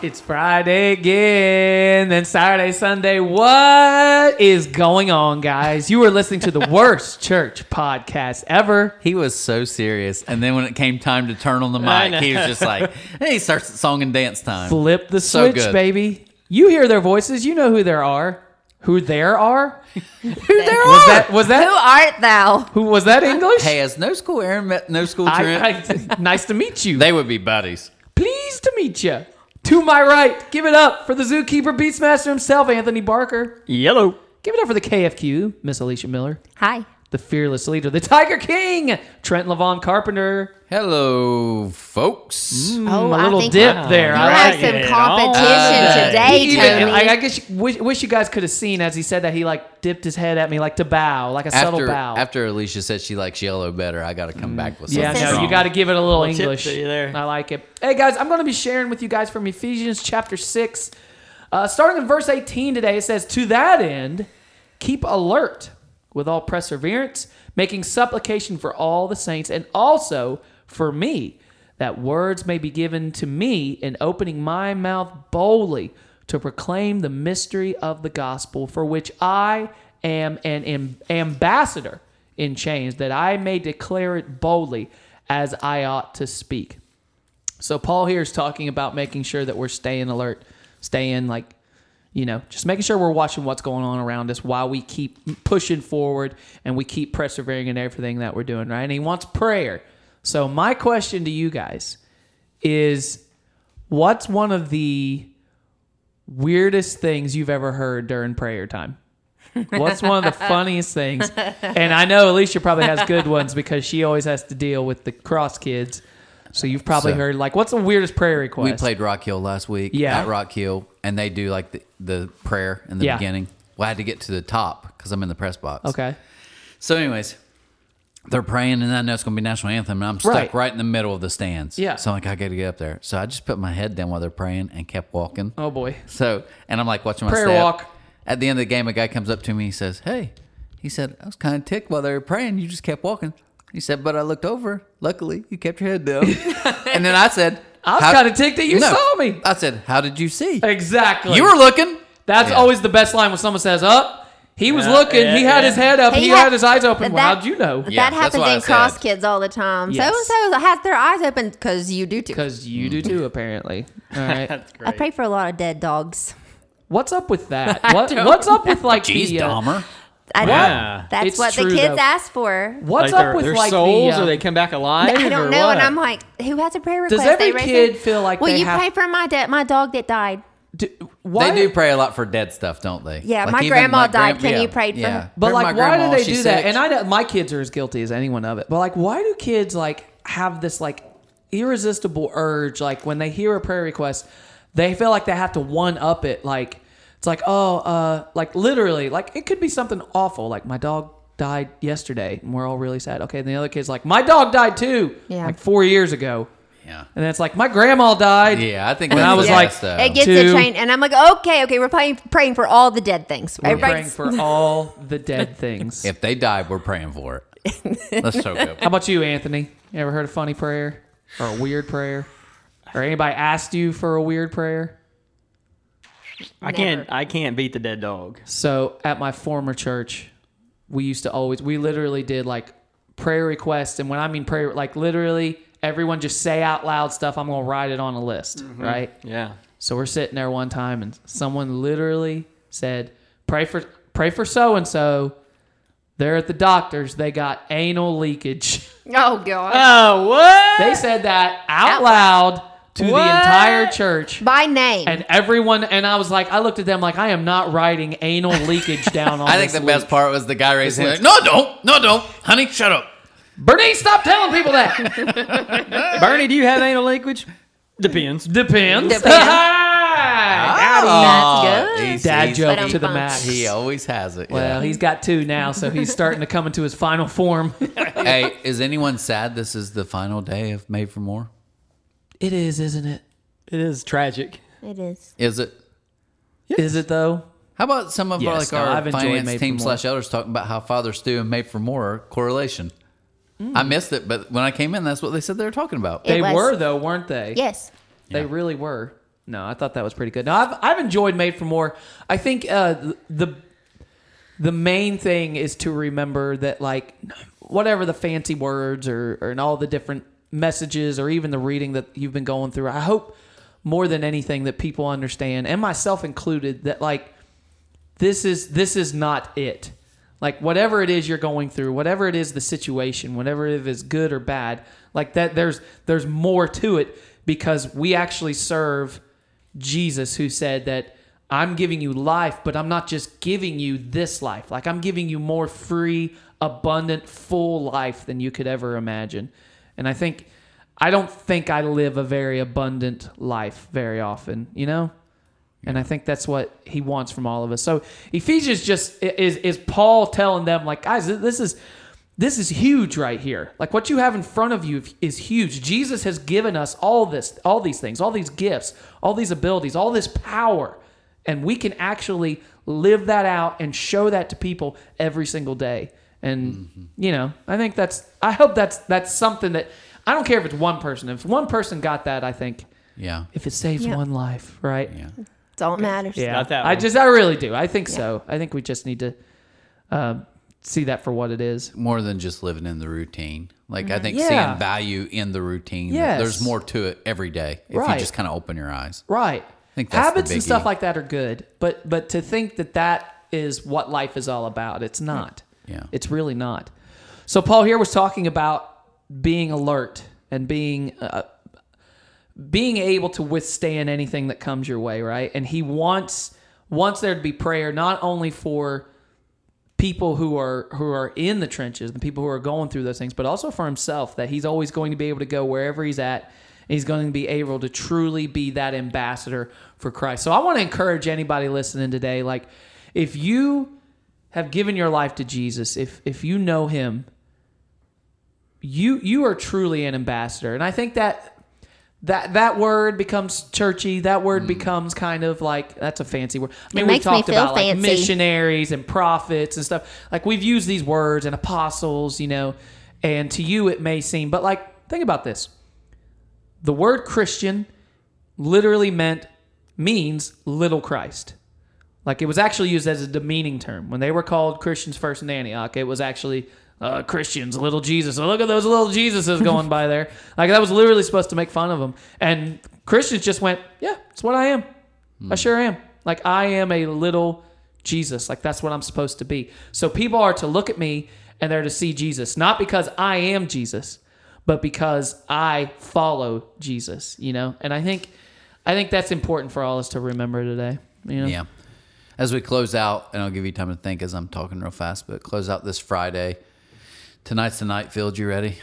It's Friday again, then Saturday, Sunday. What is going on, guys? You are listening to the worst church podcast ever. He was so serious. And then when it came time to turn on the I know. mic, he was just like, hey, starts at song and dance time. Flip the So switch, good. baby. You hear their voices. You know who there are. Who there are? there Was that was Who that art thou? who was that English? Hey, has no school Aaron met no school Trent? I, I, nice to meet you. they would be buddies. Pleased to meet you. To my right, give it up for the zookeeper beastmaster himself, Anthony Barker. Yellow. Give it up for the KFQ, Miss Alicia Miller. Hi. the fearless leader, the Tiger King, Trent Levon Carpenter. Hello, folks. Oh, Mm, a I little think dip you there. I have like some it. competition All today, Even- Tony. I, I guess you- wish, wish you guys could have seen as he said that he like dipped his head at me like to bow, like a subtle After, bow. Mm. after Alicia said she likes yellow better, I got to come back with something. yeah, no, strong. you got to give it a little Little tip English. to you there. I like it. Hey guys, I'm going to be sharing with you guys from Ephesians chapter six, uh, starting in verse 18 today. It says, "To that end, keep alert with all perseverance, making supplication for all the saints, and also for me, that words may be given to me in opening my mouth boldly to proclaim the mystery of the gospel, for which I am an am- ambassador in chains, that I may declare it boldly as I ought to speak." So Paul here is talking about making sure that we're staying alert, staying like, you know, just making sure we're watching what's going on around us while we keep pushing forward and we keep persevering in everything that we're doing, right? And he wants prayer. So my question to you guys is what's one of the weirdest things you've ever heard during prayer time? What's one of the funniest things? And I know Alicia probably has good ones because she always has to deal with the cross kids. So you've probably So- heard like, what's the weirdest prayer request? We played Rock Hill last week Yeah. at Rock Hill, and they do like the, the prayer in the Yeah. beginning. Well, I had to get to the top because I'm in the press box. Okay. So, anyways, they're praying, and I know it's going to be national anthem, and I'm stuck Right. right. in the middle of the stands. Yeah. So I'm like, I got to get up there. So I just put my head down while they're praying and kept walking. Oh boy. So, and I'm like watching my Prayer step. walk. At the end of the game, a guy comes up to me. He says, "Hey," he said, "I was kind of ticked while they were praying. You just kept walking." He said, "But I looked over. Luckily, you kept your head down." and then I said, I was "How- kinda ticked that you saw me." I said, "How did you see? Exactly. You were looking." That's Yeah. always the best line when someone says, "Up." He was Yeah, looking. he yeah, had yeah. his head up. He He, had- had, his eyes open. well, that- how'd you know? Yeah, that that's happens what I in cross said. kids all the time. Yes. So and so has their eyes open because you do too. Because you Mm. do too, apparently. All right. I pray for a lot of dead dogs. What's up with that? What, what's up with like Jeez, the? uh, Dahmer. I know. Yeah. That's It's what the true, kids though. ask for. what's like up their, with their like souls, the? uh, or they come back alive? I don't or know, what? and I'm like, who has a prayer Does request? every They raise kid it. feel like Will they you have- pray for my dad, my dog that died? do, why they do pray a lot for dead stuff, don't they? Yeah, Like, my even grandma died. gran- Can you pray for her? But Remember like, my why do grandma? they do She's that? sick. And I know my kids are as guilty as anyone of it. But like, why do kids like have this like irresistible urge? Like when they hear a prayer request, they feel like they have to one up it. Like it's like, oh, uh, like literally, like it could be something awful. Like my dog died yesterday, and we're all really sad. Okay, and the other kid's like, my dog died too, Yeah. like four years ago. Yeah. And then it's like, my grandma died. Yeah, I think When that's I was the like, best, though. it gets Two. a train, and I'm like, okay, okay, we're praying, praying for all the dead things. We're praying Everybody's- for all the dead things. if they die, we're praying for it. That's so good. How about you, Anthony? You ever heard a funny prayer or a weird prayer? Or anybody asked you for a weird prayer? I can't. I can't beat the dead dog. So at my former church, we used to always, we literally did like prayer requests. And when I mean prayer, like literally everyone just say out loud stuff. I'm going to write it on a list, right? Yeah. So we're sitting there one time and someone literally said, pray for, pray for so and so. They're at the doctor's. They got anal leakage. Oh god. Uh, Oh what? They said that out Out loud to What? the entire church. By name. And everyone, and I was like, I looked at them like, I am not writing anal leakage down on I think this the best leak. part was the guy raising his hand. No, don't. No, don't. Honey, shut up. Bernice, stop telling people that. Bernie, do you have anal leakage? Depends. Depends. Depends. Oh, That's good. um, he's- Dad he's- joke to the Ba-dum-bum. max. He uh, always has it. Well, yeah. he's got two now, so he's starting to come into his final form. hey, is anyone sad this is the final day of Made for More? it is, isn't it? It is tragic. it is. Is it? Is it though? How about some of Yes, like no, our I've enjoyed Made finance for team More. slash elders talking about how Father Stew and Made for More are correlation? Mm. I missed it, but when I came in, that's what they said they were talking about. It they was. were though, weren't they? Yes. They really were. No, I thought that was pretty good. No, I've I've enjoyed Made for More. I think uh, the the main thing is to remember that like whatever the fancy words or, or and all the different messages or even the reading that you've been going through. I hope more than anything that people understand and myself included that like this is this is not it. Like whatever it is you're going through, whatever it is the situation, whatever it is good or bad, like that there's there's more to it because we actually serve Jesus who said that I'm giving you life, but I'm not just giving you this life. Like I'm giving you more free, abundant, full life than you could ever imagine. And I think I don't think I live a very abundant life very often, you know? And I think that's what he wants from all of us. So Ephesians just is is Paul telling them like, guys, this is this is huge right here. Like what you have in front of you is huge. Jesus has given us all this, all these things, all these gifts, all these abilities, all this power, and we can actually live that out and show that to people every single day. And you know, I think that's I hope that's that's something that I don't care if it's one person. If one person got that, I think Yeah. if it saves Yeah. one life, right? Yeah. It's all that matters. Yeah, Not that I one. just, I really do. I think so. I think we just need to um, see that for what it is. More than just living in the routine. Like I think Mm-hmm. Yeah. seeing value in the routine. Yes. There's more to it every day if Right. you just kind of open your eyes. Right. think that's the Habits and stuff biggie. like that are good, but but to think that that is what life is all about, it's not. Yeah. It's really not. So Paul here was talking about being alert and being uh, being able to withstand anything that comes your way, right? And he wants wants there to be prayer not only for people who are who are in the trenches, the people who are going through those things, but also for himself that he's always going to be able to go wherever he's at. And he's going to be able to truly be that ambassador for Christ. So I want to encourage anybody listening today, like if you have given your life to Jesus, if if you know him, you you are truly an ambassador. And I think that that that word becomes churchy. That word becomes kind of like that's a fancy word. I mean, we Hmm. makes me talked feel about like fancy. missionaries and prophets and stuff. Like we've used these words and apostles, you know. And to you it may seem, but like think about this. The word Christian literally meant means little Christ. Like it was actually used as a demeaning term when they were called Christians first in Antioch. It was actually uh, Christians, little Jesus. Oh, look at those little Jesuses going by there. Like that was literally supposed to make fun of them. And Christians just went, yeah, it's what I am. I sure am. Like I am a little Jesus. Like that's what I'm supposed to be. So people are to look at me and they're to see Jesus, not because I am Jesus, but because I follow Jesus. You know, and I think, I think that's important for all us to remember today. You know? Yeah. As we close out, and I'll give you time to think as I'm talking real fast, but close out this Friday. Tonight's the night, Field. You ready?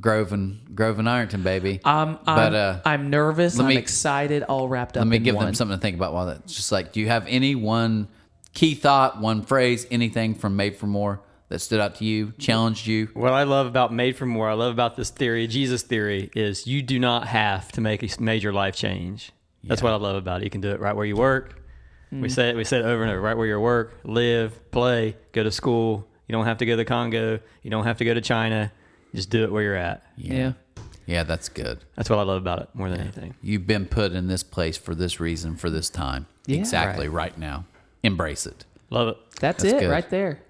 Grove and Grove and Ironton, baby. I'm, Um, I'm, But, uh, I'm nervous. let I'm me- excited. All wrapped up. Let me in give one. them something to think about while that's just like, do you have any one key thought, one phrase, anything from Made for More that stood out to you, challenged you? What I love about Made for More, I love about this theory, Jesus theory, is you do not have to make a major life change. That's what I love about it. You can do it right where you work. We say it, we said it over and over, right where you work, live, play, go to school. You don't have to go to the Congo. You don't have to go to China. Just do it where you're at. Yeah. Yeah, that's good. That's what I love about it more than anything. You've been put in this place for this reason, for this time. Yeah. exactly right now. Embrace it. Love it. That's, That's it good. right there.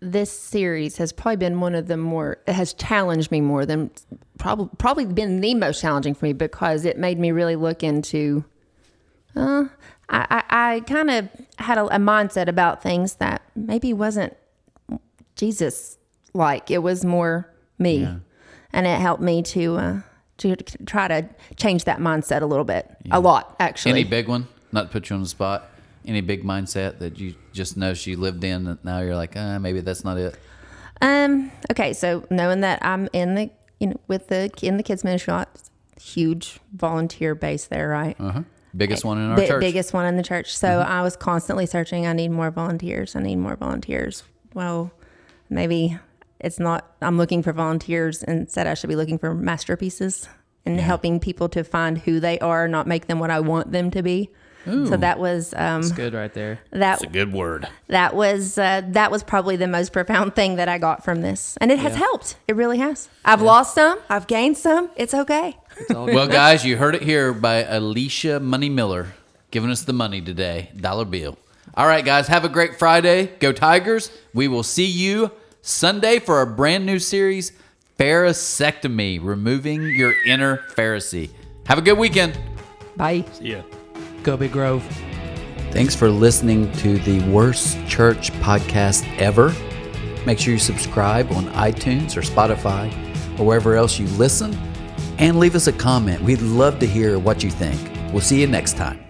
this series has probably been one of the more it has challenged me more than probably probably been the most challenging for me because it made me really look into uh, I, I, I kind of had a, a mindset about things that maybe wasn't Jesus like it was more me and it helped me to uh, to try to change that mindset a little bit a lot actually Any big one? Not to put you on the spot. Any big mindset that you just know she lived in that now you're like, uh, maybe that's not it. Um. Okay. So knowing that I'm in the you know with the in the kids ministry, it's a huge volunteer base there, right? Uh-huh. Biggest one in our Bi- church. Mm-hmm. Biggest one in the church. So I was constantly searching. I need more volunteers. I need more volunteers. Well, maybe it's not. I'm looking for volunteers, and said I should be looking for masterpieces and helping people to find who they are, not make them what I want them to be. So that was um, It's good right there. that good word. that was uh, that was probably the most profound thing that I got from this, and it has helped. It really has. I've lost some. I've gained some. It's okay. Well, guys, you heard it here by Alicia Money Miller giving us the money today. Dollar bill. All right, guys, have a great Friday. Go Tigers. We will see you Sunday for our brand new series, Pharisectomy, removing your inner Pharisee. Have a good weekend. Bye. Yeah. Go Big Grove. Thanks for listening to the Worst Church podcast ever. Make sure you subscribe on iTunes or Spotify or wherever else you listen and leave us a comment. We'd love to hear what you think. We'll see you next time.